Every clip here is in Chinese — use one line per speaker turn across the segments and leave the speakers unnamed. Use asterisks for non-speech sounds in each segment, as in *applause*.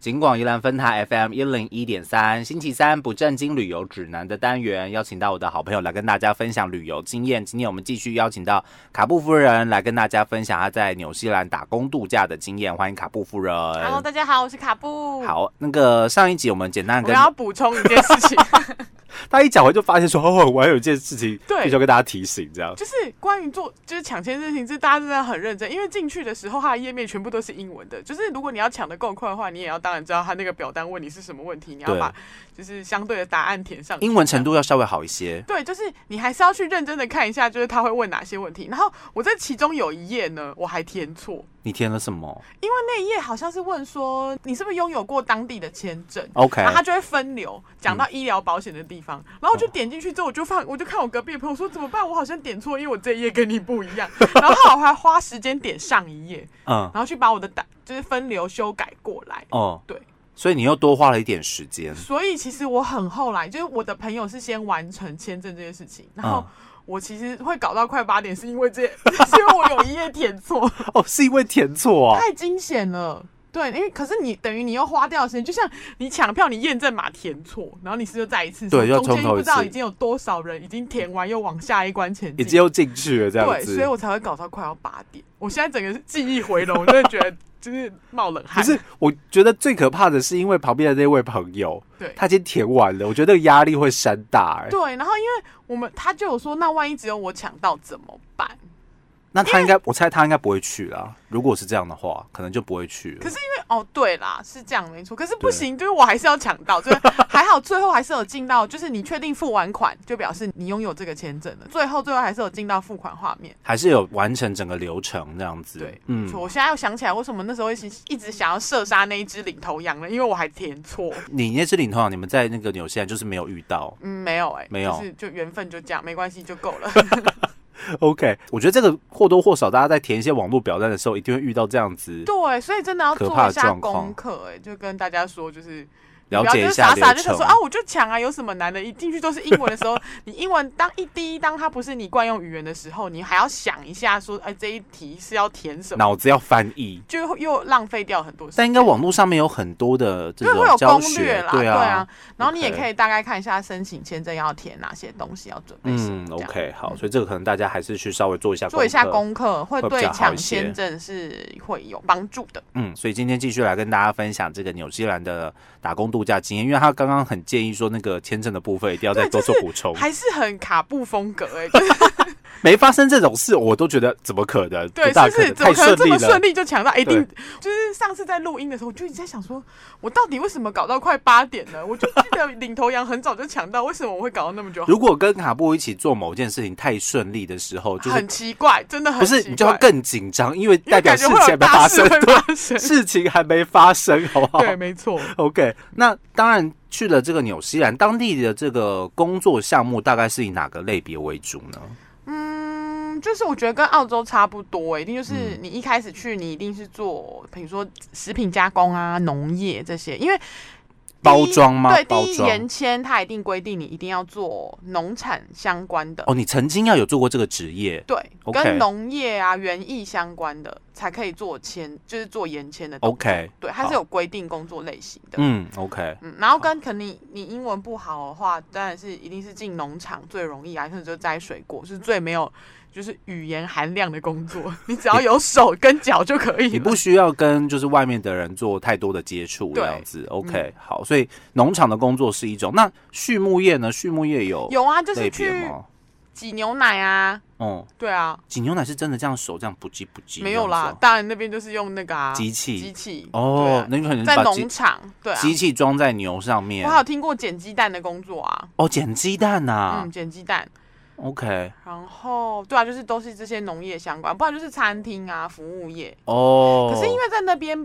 尽管宜兰分台 FM 一零一点三，星期三不正经旅游指南的单元，邀请到我的好朋友来跟大家分享旅游经验。今天我们继续邀请到卡布夫人来跟大家分享她在纽西兰打工度假的经验。欢迎卡布夫人。
Hello，大家好，我是卡布。，
呃好，那个上一集我们简单
我
跟
要补充一件事情，
*laughs* 他一讲完就发现说，哦，我还有一件事情必
对
须要跟大家提醒，这样
就是关于做就是抢签这件事情，这大家真的很认真，因为进去的时候它的页面全部都是英文的，就是如果你要抢的够快的话，你也要当然知道它那个表单问你是什么问题，你要
对
把就是相对的答案填上去。
英文程度要稍微好一些。
对，就是你还是要去认真的看一下，就是他会问哪些问题。然后我在其中有一页呢，我还填错，
你填了什么
因为那一页好像是问说你是不是拥有过当地的签证。
？OK，
啊然后他就会分流，讲到医疗保险的地方，然后我就点进去之后，我就放，我就看我隔壁的朋友说怎么办？我好像点错，因为我这一页跟你不一样。然后后来我还花时间点上一页，
嗯，
然后去把我的打就是分流修改过来。
哦，
对，
所以你又多花了一点时
*laughs*
间。
所以其实我很后来，就是我的朋友是先完成签证这件事情，然后
嗯
我其实会搞到快八点，是因为这， *laughs* 是因为我有一页填错，
哦，是因为填错啊？
太惊险了。对，因为可是你等于你又花掉时间，就像你抢票，你验证码填错，然后你是就再一次
对
所以
要
中
从
间
头
不
一
知道
次
已经有多少人已经填完又往下一关前
已
进，
经又进去了这样
对，
子。
所以我才会搞到快要八点。我现在整个是记忆回笼，我真的觉得就是冒冷
可
汗。
是我觉得最可怕的是，因为旁边的那位朋友
对
他已经填完了，我觉得压力会山大、欸。
对，然后因为我们他就有说，那万一只有我抢到怎么办？
那他应该，我猜他应该不会去啦。如果是这样的话，可能就不会去了。
可是哦，对啦，是这样没错。可是不
对
行，就是我还是要抢到，就是 *laughs* 还好最后还是有进到，就是你确定付完款，就表示你拥有这个签证了。最后最后还是有进到付款画面。
还是有完成整个流程这样子。
对，嗯
嗯，，
我现在又想起来，为什么那时候一直一直想要射杀那一只领头羊呢？因为我还填错。
你那只领头羊，你们在那个纽西兰就是没有遇到。
嗯，没有哎、
没有
就是就缘分就这样，没关系就够
*laughs*
了。
OK，我觉得这个或多或少，大家在填一些网络表单的时候，一定会遇到这样子，
对，所以真的要
可
做
怕的
一下
状况
功课哎、就跟大家说，就是
了
不要
解
就
一
是
下
傻
流
傻就想
程
说。啊，我就抢啊，有什么难的？一进去都是英文的时候，你英文当一第一，当它不是你惯用语言的时候，你还要想一下说，哎、这一题是要填什么，
脑子要翻译。
就又浪费掉很多时间。
但应该网络上面有很多的这
因为会
种
有
教
攻略
学
啦，，
对
啊，
啊，
然后你也
OK
可以大概看一下申请签证要填哪些东西，要准备什么
嗯
这样
，OK，好，所以这个可能大家还是去稍微做一下
做一下
课
功课，会
会比
对
较好
抢
一些
签证是会有帮助的。
嗯，所以今天继续来跟大家分享这个纽西兰的打工度假经验，因为他刚刚很建议说那个签证的部分一定要再
对，
多
就是
做补充，
还是很卡布风格哎、就是
没发生这种事，我都觉得怎么可能？
对，
不
是
大
不
可
是
能，
怎么
太
可能这
利
么顺
了。
利就抢到？一定
对
就是上次在录音的时候，我就一直在想说，我到底为什么搞到快八点呢？我就记得领头羊很早就抢到，为什么我会搞到那么久？
如果跟卡布一起做某件事情太顺利的时候，就是
很奇怪，真的很
不是
奇
你就要
怪
更紧张，因为
因为
代表
感
事
觉
情
会
还
有
没
大
发
事
生，
会
对，
发生。
事情还没发生，好不好？
对，没错。
*laughs* OK，那当然去了这个纽西兰，当地的这个工作项目大概是以哪个类别为主呢？
嗯，就是我觉得跟澳洲差不多、欸，一定就是
嗯
你一开始去，你一定是做，比如说食品加工啊、农业这些，因为
包装吗？
对，
包
第一
装
年签它一定规定你一定要做农产相关的，
哦，你曾经要有做过这个职业，
对，
OK
跟农业啊、园艺相关的才可以做签，就是做延签的动作。
OK，
对，它
哦好
是有规定工作类型的。
嗯，OK，
嗯，然后跟可能你你英文不好的话，当然是一定是进农场最容易啊，甚至就摘水果是最没有就是语言含量的工作， *laughs* 你只要有手跟脚就可以
你
了。
不需要跟就是外面的人做太多的接触，这
对嗯
样子，OK，好，所以农场的工作是一种，那畜牧业呢？畜牧业有
有啊，就是
类别
去
吗？
挤牛奶啊，
哦、
对啊，
挤牛奶是真的这样手这样不挤不挤？
没有啦，当然那边就是用那个啊
机器
机器
哦，
对
那可能
啊在
把
农
机
场对啊，
机器啊装在牛上面
我还有听过捡鸡蛋的工作啊，
哦，捡鸡蛋呐、
嗯，捡鸡蛋，
OK，
然后对啊，就是都是这些农业相关，不然就是餐厅啊、服务业。
哦，
可是因为在那边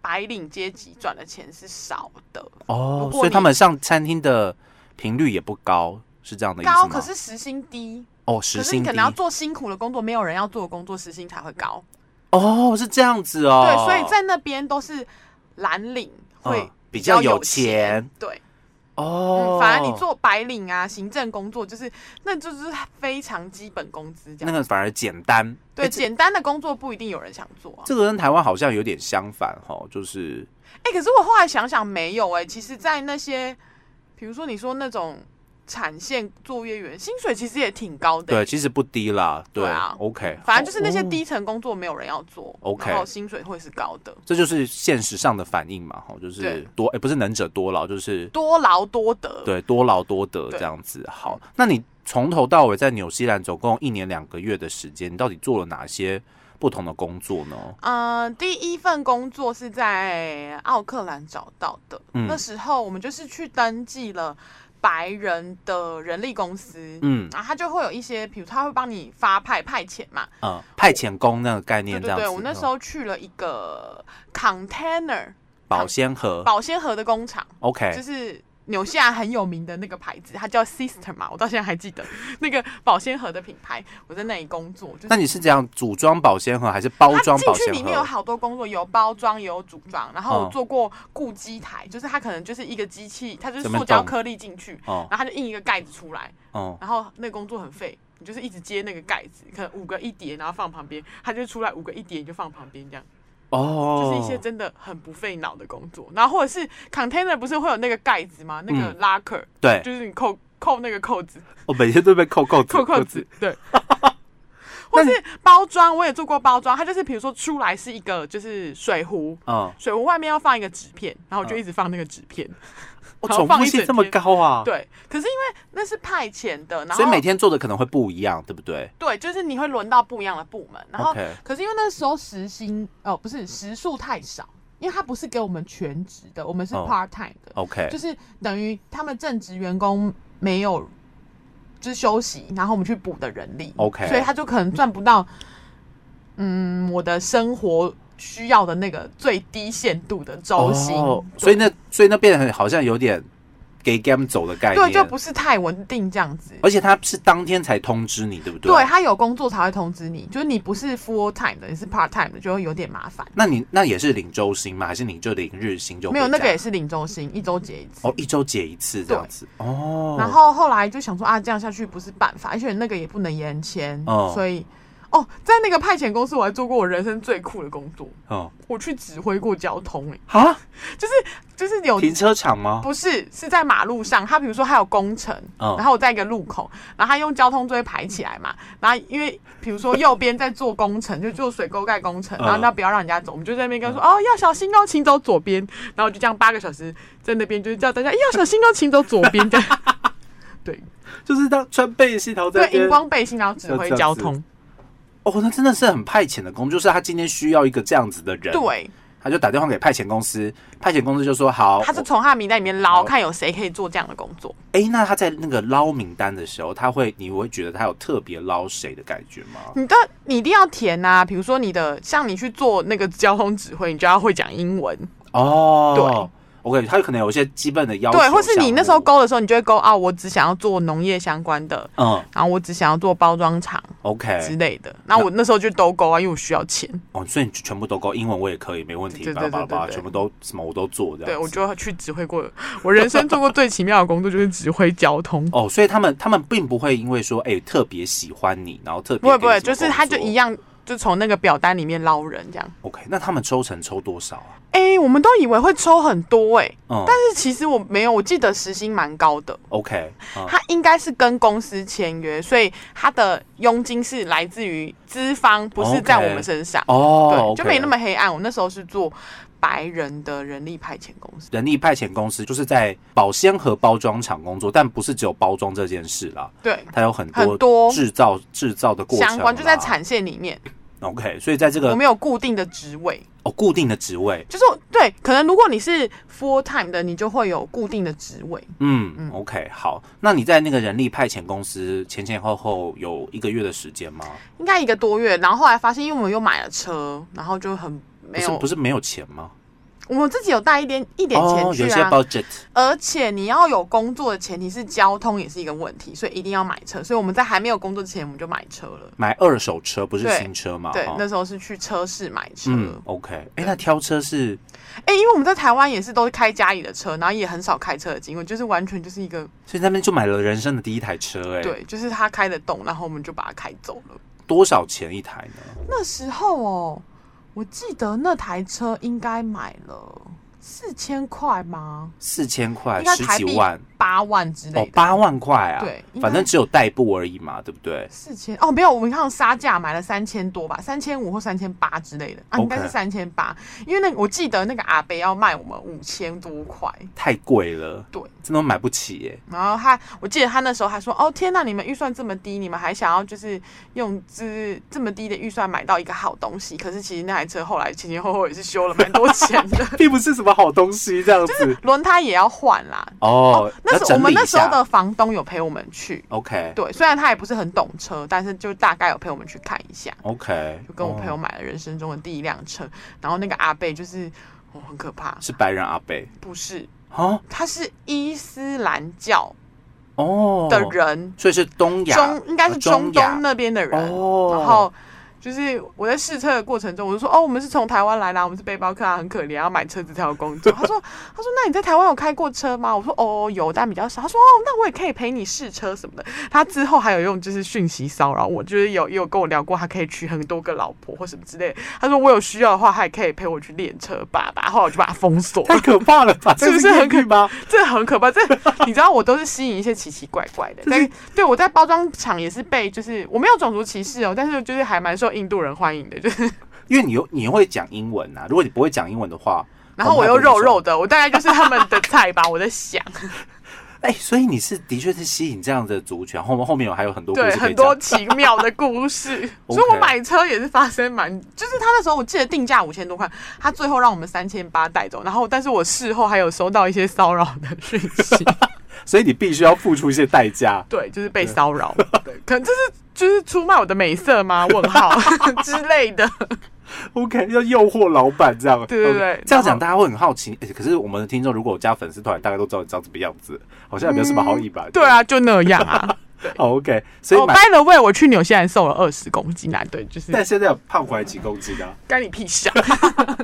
白领阶级赚的钱是少的，
哦
如，果
所以
你
他们上餐厅的频率也不高，是这样的意思吗？
高可是时薪低，
哦，时
可是你
薪低
可能要做辛苦的工作，没有人要做的工作，时薪才会高。
哦，是这样子哦，嗯
对，所以在那边都是蓝领会
嗯比较有
有钱，对。
哦、
嗯，反而你做白领啊、行政工作，就是那就是非常基本工资这
那
样。
个反而简单，
对，
诶这
简单的工作不一定有人想做啊。
这个跟台湾好像有点相反哈，就是
哎、可是我后来想想没有哎、其实，在那些比如说你说那种产线作业员，薪水其实也挺高的、
对，其实不低啦，对哦
对啊
o k
反正就是那些低层工作没有人要做
OK
然后薪水会是高的，
这就是现实上的反应嘛，哈，就是
对
多，哎、不是能者多劳，就是
多劳多得。
对多劳多得
对嗯
这样子。好，那你从头到尾在纽西兰总共一年两个月的时间，你到底做了哪些不同的工作呢？
呃，第一份工作是在奥克兰找到的。
嗯
那时候我们就是去登记了白人的人力公司，
嗯
然后他就会有一些，比如他会帮你发派派遣嘛。
呃，派遣工那个概念
对
这
对
样子。
对，我那时
嗯
候去了一个 container
保鲜盒
保鲜盒的工厂，就
，OK，
是。纽西兰很有名的那个牌子，它叫 Sister 嘛，我到现在还记得 *laughs* 那个保鲜盒的品牌。我在那里工作，就是
那你是怎样组装保鲜盒还是包装
它
保
进去
鲜
里面有
盒？
好多工作，有包装也有组装。然
嗯
后我做过固机台，就是它可能就是一个机器，它就是
怎么
塑胶
动
颗粒进去，
哦
然后它就印一个盖子出来。
哦，
然后那个工作很废，你就是一直接那个盖子，可能五个一叠，然后放旁边，它就出来五个一叠，你就放旁边这样。就
哦，
是一些真的很不费脑的工作。然后或者是 container 不是会有那个盖子吗？那个
嗯
locker、
对，
就是你扣扣那个扣子，
我每天都被扣扣子，
扣扣子，
*laughs*
对。或是包装，我也做过包装，它就是比如说出来是一个就是水壶，
嗯，
水壶外面要放一个纸片，然后我就
嗯
一直放那个纸片，
我
然
重
后放
复
一
性
整
这么
天
高啊，
对。可是因为那是派遣的，然后
所以每天做的可能会不一样，对不对
对，就是你会轮到不一样的部门，然后
？OK，
可是因为那时候时薪哦不是时数太少，因为他不是给我们全职的，我们是
哦
part time 的，
OK，
就是等于他们正职员工没有就是休息，然后我们去补的人力
OK
所以他就可能赚不到，嗯，我的生活需要的那个最低限度的周薪，
哦，所以那所以那变得很好像有点给 game 走的概念，
对，就不是太稳定这样子。
而且他是当天才通知你，对不对？
对他有工作才会通知你，就是你不是 full time 的，你是 part time 的，就会有点麻烦。
那你那也是领周薪吗？还是你就领日薪就回
没有
家
那个也是领周薪，一周结一次。
哦，一周结一次这样子哦。
然后后来就想说啊，这样下去不是办法，而且那个也不能延签，
哦
所以哦，在那个派遣公司，我还做过我人生最酷的工作，
哦
我去指挥过交通、欸，
啊，
就是有
停车场吗？
不是是在马路上，他比如说还有工程，
哦
然后我在一个路口，然后他用交通锥排起来嘛，然后因为比如说右边在做工程，就做水沟盖工程，然后
嗯
那不要让人家走，我们就在那边跟他说、哦要小心哦，请走左边，然后就这样八个小时在那边就是叫大家要小心哦，请走左
*laughs*
边这样，对。
就是当穿背心，然后在
对
那，边
荧光背心，然后指挥交通。
哦，那真的是很派遣的工作，就是他今天需要一个这样子的人，，
对，
他就打电话给派遣公司，派遣公司就说好，
他是
我
从他的名单里面
好
捞，看有谁可以做这样的工作。
哎、那他在那个捞名单的时候，他会，你会觉得他有特别捞谁的感觉吗？
你的你一定要填啊，比如说你的，像你去做那个交通指挥，你就要会讲英文，
哦，对，OK，他可能有一些基本的要求
对，
项目，
或是你那时候勾的时候，你就会勾啊，我只想要做农业相关的，
嗯
然后我只想要做包装厂之
，OK，
类的。那我那时候就都勾啊，因为我需要钱，
哦，所以你全部都勾，英文我也可以，没问题，
对
巴
对
拉巴拉
对对
巴拉，
对
全部都什么我都做这样子。
对我就去指挥过。我人生做过最奇妙的工作就是指挥交通。
哦，所以他们他们并不会因为说，哎、特别喜欢你，然后特别
不会不会，
给你
就
什么
是他就
工作
一。样，就从那个表单里面捞人这样。
OK，那他们抽成抽多少啊？
哎、我们都以为会抽很多哎、
嗯，
但是其实我没有，我记得时薪蛮高的，
OK，嗯
他应该是跟公司签约，所以他的佣金是来自于资方，不是在
哦 OK
我们身上。对
哦，
就
OK
没那么黑暗。我那时候是做白人的人力派遣公司，
人力派遣公司就是在保鲜盒包装厂工作，但不是只有包装这件事啦，
对，
它有很
很多
制造制造的过程啦啊
相关就在。产线里面，
OK，所以在这
我
个
们有固定的职位，
哦固定的职位，
就是我对，可能如果你是 full time 的，你就会有固定的职位。
嗯 o k 好。那你在那个人力派遣公司前前后后有一个月的时间吗？
应该一个多月，然后后来发现，因为我们又买了车，然后就很
不
没
是
有
不是没有钱吗？
我们自己有带一点一点
哦，
钱
有
去
一些
啊，
budget，
而且你要有工作的前提是交通也是一个问题，所以一定要买车。所以我们在还没有工作之前，我们就买车了。
买二手车不是
对
新车嘛？
对
哦，
那时候是去车市买车。
嗯，OK，哎、那挑车是
哎、因为我们在台湾也是都是开家里的车，然后也很少开车的经验，就是完全就是一个
所以那边就买了人生的第一台车、哎，，
对，就是他开得动，然后我们就把它开走了。
多少钱一台呢？
那时候哦，我记得那台车应该买了四千块吗？
四千块，
应该
十
台
几
币
万，
八万之
哦
类，的。
八万块啊，
对应该
反正只有代步而已嘛，对不对？
四千哦，没有，我们看杀价买了三千多吧，三千五或三千八之类的啊，
OK
应该是三千八，因为那个我记得那个阿北要卖我们五千多块，
太贵了，
对，
真的买不起耶、 *laughs*
然后他，我记得他那时候还说：“哦，天呐，你们预算这么低，你们还想要就是用这这么低的预算买到一个好东西？”可是其实那台车后来前前后后也是修了蛮多钱
*laughs*
的，
并不是什么好东西，这样子、
轮胎也要换啦。
哦。
那
要
时候我
整
们
理
那
一
时候
下
的房东有陪我们去，
OK
对，虽然他也不是很懂车，但是就大概有陪我们去看一下。
OK，
就跟我朋友
哦、
买了人生中的第一辆车，然后那个阿贝就是哦很可怕，
是白人阿贝
不是，
啊
他是伊斯兰教
哦
的人，
所以是东亚哦呃
中应该是中
亚
东那边的人。
哦
然后就是我在试车的过程中，我就说哦，我们是从台湾来的啊，我们是背包客啊，很可怜，要买车子才有工作。他说他说那你在台湾有开过车吗？我说哦有，但比较少。他说哦，那我也可以陪你试车什么的。他之后还有用就是讯息骚扰我，就是有也有跟我聊过，他可以娶很多个老婆或什么之类的。他说我有需要的话，他也可以陪我去练车吧吧。后来我就把他封锁了
太可怕了吧？
*laughs* 是不是
这
很可
艳遇吗？
*laughs* 这很
*laughs*
可怕，这你知道，我都是吸引一些奇奇怪怪的。但对我在包装厂也是被，就是我没有种族歧视哦，但是就是还蛮受印度人欢迎
*laughs*
的，就是
因为你有你会讲英文呐、啊如果你不会讲英文的话，
然后我又肉肉
哦
的，我大
*laughs*
概就是他们的菜吧。我在想，
哎、所以你是的确是吸引这样的族群，后面后面有还有很多故
对
事可
很
以讲
多。奇妙的故
*laughs*
事，所
OK
以我买车也是发生蛮，就是他那时候我记得定价五千多块，他最后让我们三千八带走，然后但是我事后还有收到一些骚扰的讯息，
*laughs* 所以你必须要付出一些代价。
对，就是被骚扰，对，可能这是就是出卖我的美色吗？
*laughs*
问号 *laughs* 之类的。
OK，要诱惑老板这样。
对对对
OK，
然后
这样讲大家会很好奇。哎可是我们的听众如果有加粉丝团，大概都知道你长什么样子，好像也没有什么好隐瞒、
对。啊，就那样 *laughs* 啊。
好 OK，所以
哦、
买
b，y the way，我去纽西兰瘦了二十公斤啊，对，就是
但现在有胖回来几公斤啊？
干你屁事啊， *laughs*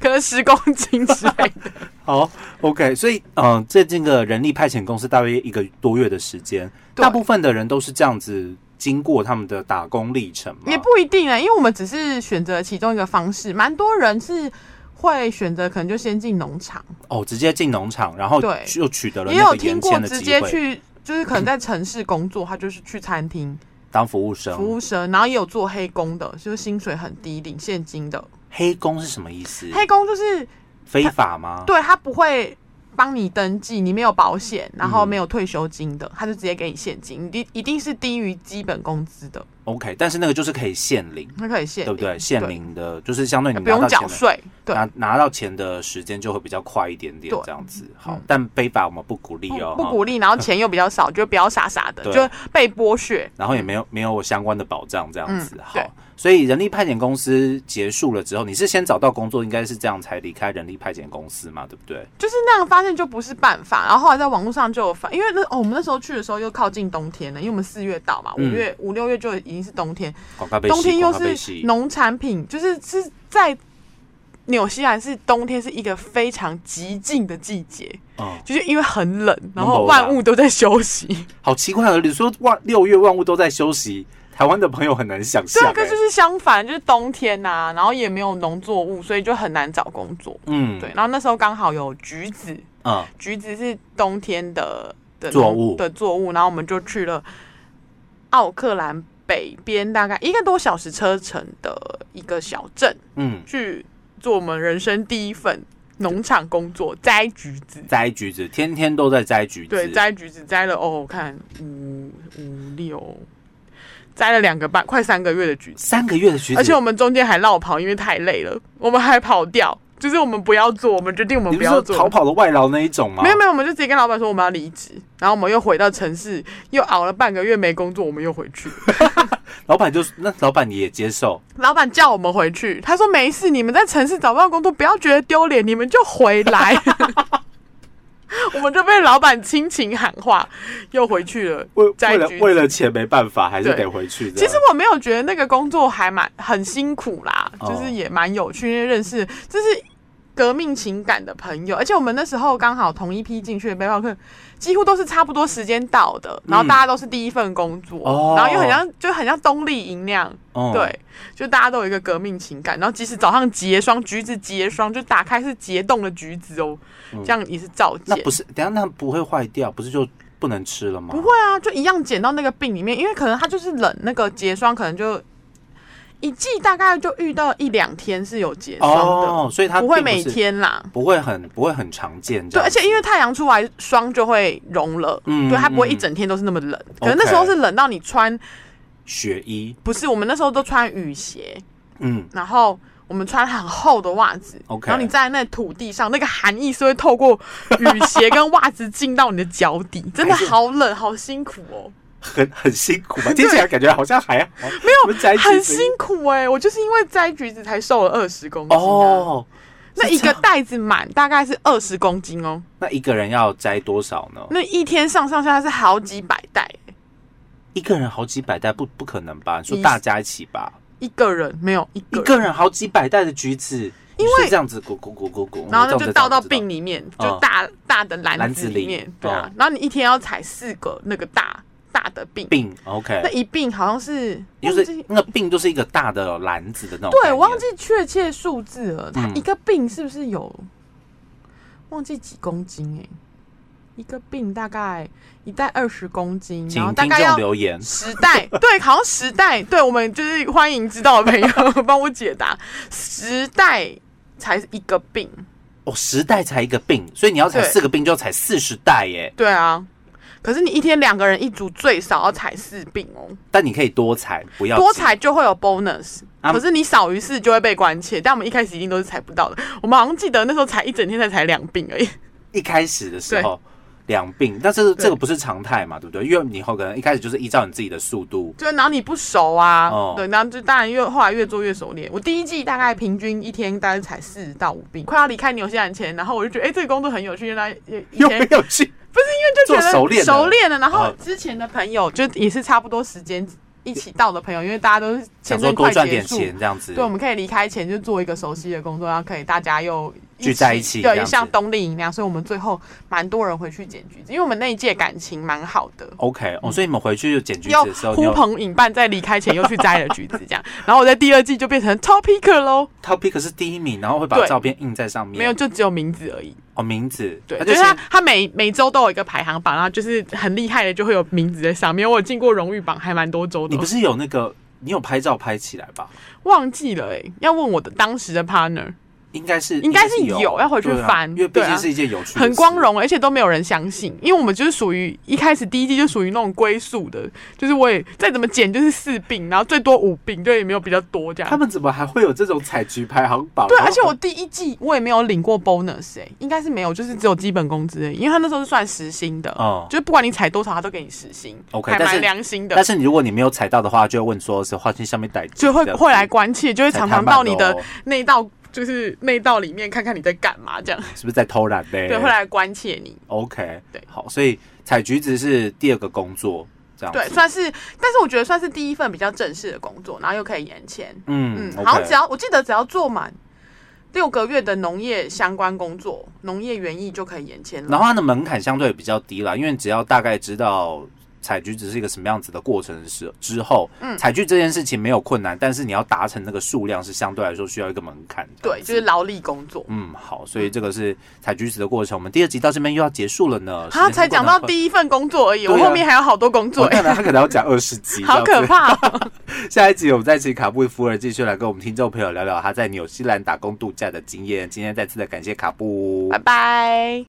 可能十公斤之类的。
好，OK，所以嗯、呃在这个人力派遣公司大约一个多月的时间，
对
大部分的人都是这样子经过他们的打工历程嘛。
*laughs* 也不一定啊，因为我们只是选择其中一个方式，蛮多人是会选择可能就先进农场，
哦，直接进农场，然后
对
又取得了
也
那
有
个
听
延
过
签的
直
机
接
会，
去。就是可能在城市工作，他就是去餐厅
当服务生。
服务生，然后也有做黑工的，就是薪水很低，领现金的。
黑工是什么意思？
黑工就是
非法吗？
对他不会帮你登记，你没有保险，
嗯
然后没有退休金的，他就直接给你现金，一定一定是低于基本工资的，
OK，但是那个就是可以限领。
那可以现
对
领
不对？限领的，就是相对你
不
拿
用
到钱
缴
的
税，对，
拿拿到钱的时间就会比较快一点点
对，
这样子。好
嗯，
但非法我们不鼓励哦
不，不鼓
励。
励，然后钱又比较少，就不要傻傻的，
对
就被剥削。
然后也没有没有相关的保障，这样子。
嗯
好
对，
所以人力派遣公司结束了之后，你是先找到工作，应该是这样才离开人力派遣公司嘛，对不对？
就是那样发现就不是办法，然后后来在网络上就有发，因为那、哦、我们那时候去的时候又靠近冬天了，因为我们四月到嘛，五
嗯
月、五六月就已经是冬天，
广告被
冬天
吸，
又
广告被
是
吸。
农产品，就是是在纽西兰是冬天是一个非常极尽的季节，
嗯，
就是因为很冷，然
农
后
博吧
万物都在休息。
好奇怪哦，你说万六月万物都在休息，台湾的朋友很难想
这
象。
个
哎
啊就是相反，就是冬天呐、然后也没有农作物，所以就很难找工作。
嗯，
对，，然后那时候刚好有橘子，
嗯，
橘子是冬天的的
作
农
物
的作物，然后我们就去了奥克兰北边大概一个多小时车程的一个小镇，
嗯，
去做我们人生第一份农场工作，摘橘子。
摘橘子，天天都在摘橘子。
对，摘橘子摘了哦，我看五五六，摘了两个半，快三个月的橘子。
三个月的橘子，
而且我们中间还绕跑，因为太累了，我们还跑掉，就是我们不要做，我们决定我们
你
不
不
要
是
做。
逃跑的外劳那一种吗？
没有没有，我们就直接跟老板说我们要离职，然后我们又回到城市，又熬了半个月没工作，我们又回去。
老板就是那老板也接受，
老板叫我们回去，他说没事，你们在城市找不到工作，不要觉得丢脸，你们就回来。 *laughs* 我们就被老板亲情喊话，又回去了。
为
在
为了
局
为了钱没办法，还是
对
得回去的。
其实我没有觉得那个工作还蛮很辛苦啦，
哦
就是也蛮有趣，因为认识就是革命情感的朋友，而且我们那时候刚好同一批进去的背包客，几乎都是差不多时间到的，然后大家都是第一份工作，
嗯哦
然后又很像就很像冬令营那样，
嗯
对，就大家都有一个革命情感，然后即使早上结霜，橘子结霜，就打开是结冻的橘子哦，
嗯
这样也是照
那
见。
不是，等一下那不会坏掉，不是就不能吃了吗？
不会啊，就一样剪到那个病里面，因为可能它就是冷，那个结霜可能就一季大概就遇到一两天是有结霜的，
哦，所以它
不会
并
每
是，
天啦。
不会很不会很常见这
对，
样
而
子。
且因为太阳出来，霜就会融了，
嗯
对，它不会
嗯
一整天都是那么冷。可能那时候
OK
是冷到你穿，
雪衣，
不是我们那时候都穿雨鞋，
嗯，
然后我们穿很厚的袜子
OK
然后你站在那土地上，那个寒意是会透过雨鞋跟袜子进到你的脚底，真的
还是
好冷，好辛苦哦。
很很辛苦吧？听起来感觉好像还好，没有
很辛苦哎、我就是因为摘橘子才瘦了二十公斤、啊、哦，
哦。
那
是
一
这
个
样
袋子满大概是二十公斤哦，
那一个人要摘多少呢？
那一天上上下下是好几百袋欸、
一个人好几百袋，不不可能吧？说
一
大家一起吧，
一个人没有一
一
个人，
个人好几百袋的橘子，
因
你是
为
这样子咕咕咕咕咕，
然后
我
那
知
就
道
倒到。
我
病
知道
里面，
嗯
就大大的篮
篮
子
子
里
里
面，对啊
嗯，
然后你一天要采四个那个大大的病，
病
那
，OK，
一病好像是
就
忘记
是那个病就是一个大的篮子的那种概念。
对，我忘记确切数字了。它
嗯
一个病是不是有忘记几公斤、欸？一个病大概一袋二十公斤，然后
请
大
听
概
众
要
留言。
十袋，对，好像十袋。对我们就是欢迎知道的朋友帮我解答，十袋才一个病。
哦，十袋才一个病，所以你要采
对
四个病就要采四十袋耶。
对啊，可是你一天两个人一组，最少要采四病哦，
但你可以多采，不要
多
急。
采就会有 bonus。
啊
可是你少于四就会被关切，但我们一开始一定都是采不到的。我们好像记得那时候采一整天才采两病而已。 *laughs*
一开始的时候两病，但是这个不是常态嘛，对不对？因为你以后可能一开始就是依照你自己的速度，
就然后你不熟啊，
哦
对，然后就当然越后来越做越熟练。我第一季大概平均一天大概才四到五病，快要离开纽西兰前，然后我就觉得哎、诶这个工作很有趣，原来也以 *laughs*
又
前
没有去
就觉得
做熟练了
熟练了。然后
哦
之前的朋友就也是差不多时间一起到的朋友，因为大家都是
想
签
说
证
多
快
赚
结
点
束，
钱这样子
对，。我们可以离开前就做一个熟悉的工作，然后可以大家又
聚在一起这
对，
样子
像冬令营那样，所以我们最后蛮多人回去捡橘子，因为我们那一届感情蛮好的。
OK，哦，所以你们回去就捡橘
嗯要
子的时候，你
呼
有
朋引伴，在离开前又去摘了橘子，这样。然后我在第二季就变成 top picker 喽，
topic 是第一名，然后会把
对
照片印在上面，
没有就只有名字而已。
哦名字，
对，
他
就
就是是
他他每每周都有一个排行榜，然后就是很厉害的就会有名字在上面。我有进过荣誉榜，还蛮多周的
你不，是有那个，你有拍照拍起来吧？
忘记了哎、要问我的当时的 partner，
应该是
应该是
有
有要回去
对啊
翻
因为毕
对啊
竟是一件有趣的事，
很光荣，而且都没有人相信，因为我们就是属于一开始第一季就属于那种龟速的，就是我也再怎么减就是四病，然后最多五病，对，也没有比较多这样
他。们怎么还会有这种采橘排行榜？
对，
然后
而且我第一季我也没有领过 bonus 哎、应该是没有，就是只有基本工资而已，因为他那时候是算时薪的，
哦
就是不管你采多少，他都给你时薪
OK，
还
但
蛮
是
良心
但
的。
是你如果你没有踩到的话，就会问说是花圈上面逮，
就会
这样子
会来关切，就会常常
才
到
看板哦
你的
咯
内道，就是内道里面看看你在干嘛，这样
是不是在偷懒呗？
对，会来关切你。
OK，
对
好，所以采橘子是第二个工作，这样子
对，算是，但是我觉得算是第一份比较正式的工作，然后又可以延签。
嗯
嗯，
OK
好像只要我记得只要做满六个月的农业相关工作，农业园艺就可以延签了。
然后它的门槛相对比较低啦，因为只要大概知道采橘子是一个什么样子的过程是之后，
嗯
采橘这件事情没有困难，但是你要达成那个数量是相对来说需要一个门槛，这
对，
样子
就是劳力工作。
嗯，好，所以这个是采橘子的过程。我们第二集到这边又要结束了呢。
他才讲到第一份工作而已，
对
我
啊
后面还有好多工作
我
欸，
看来他可能要讲二十
*laughs*
集，
好
这样子
可怕
*laughs*
哦、
下一集我们再请卡布夫人继续来跟我们听众朋友聊聊他在纽西兰打工度假的经验。今天再次的感谢卡布，
拜拜。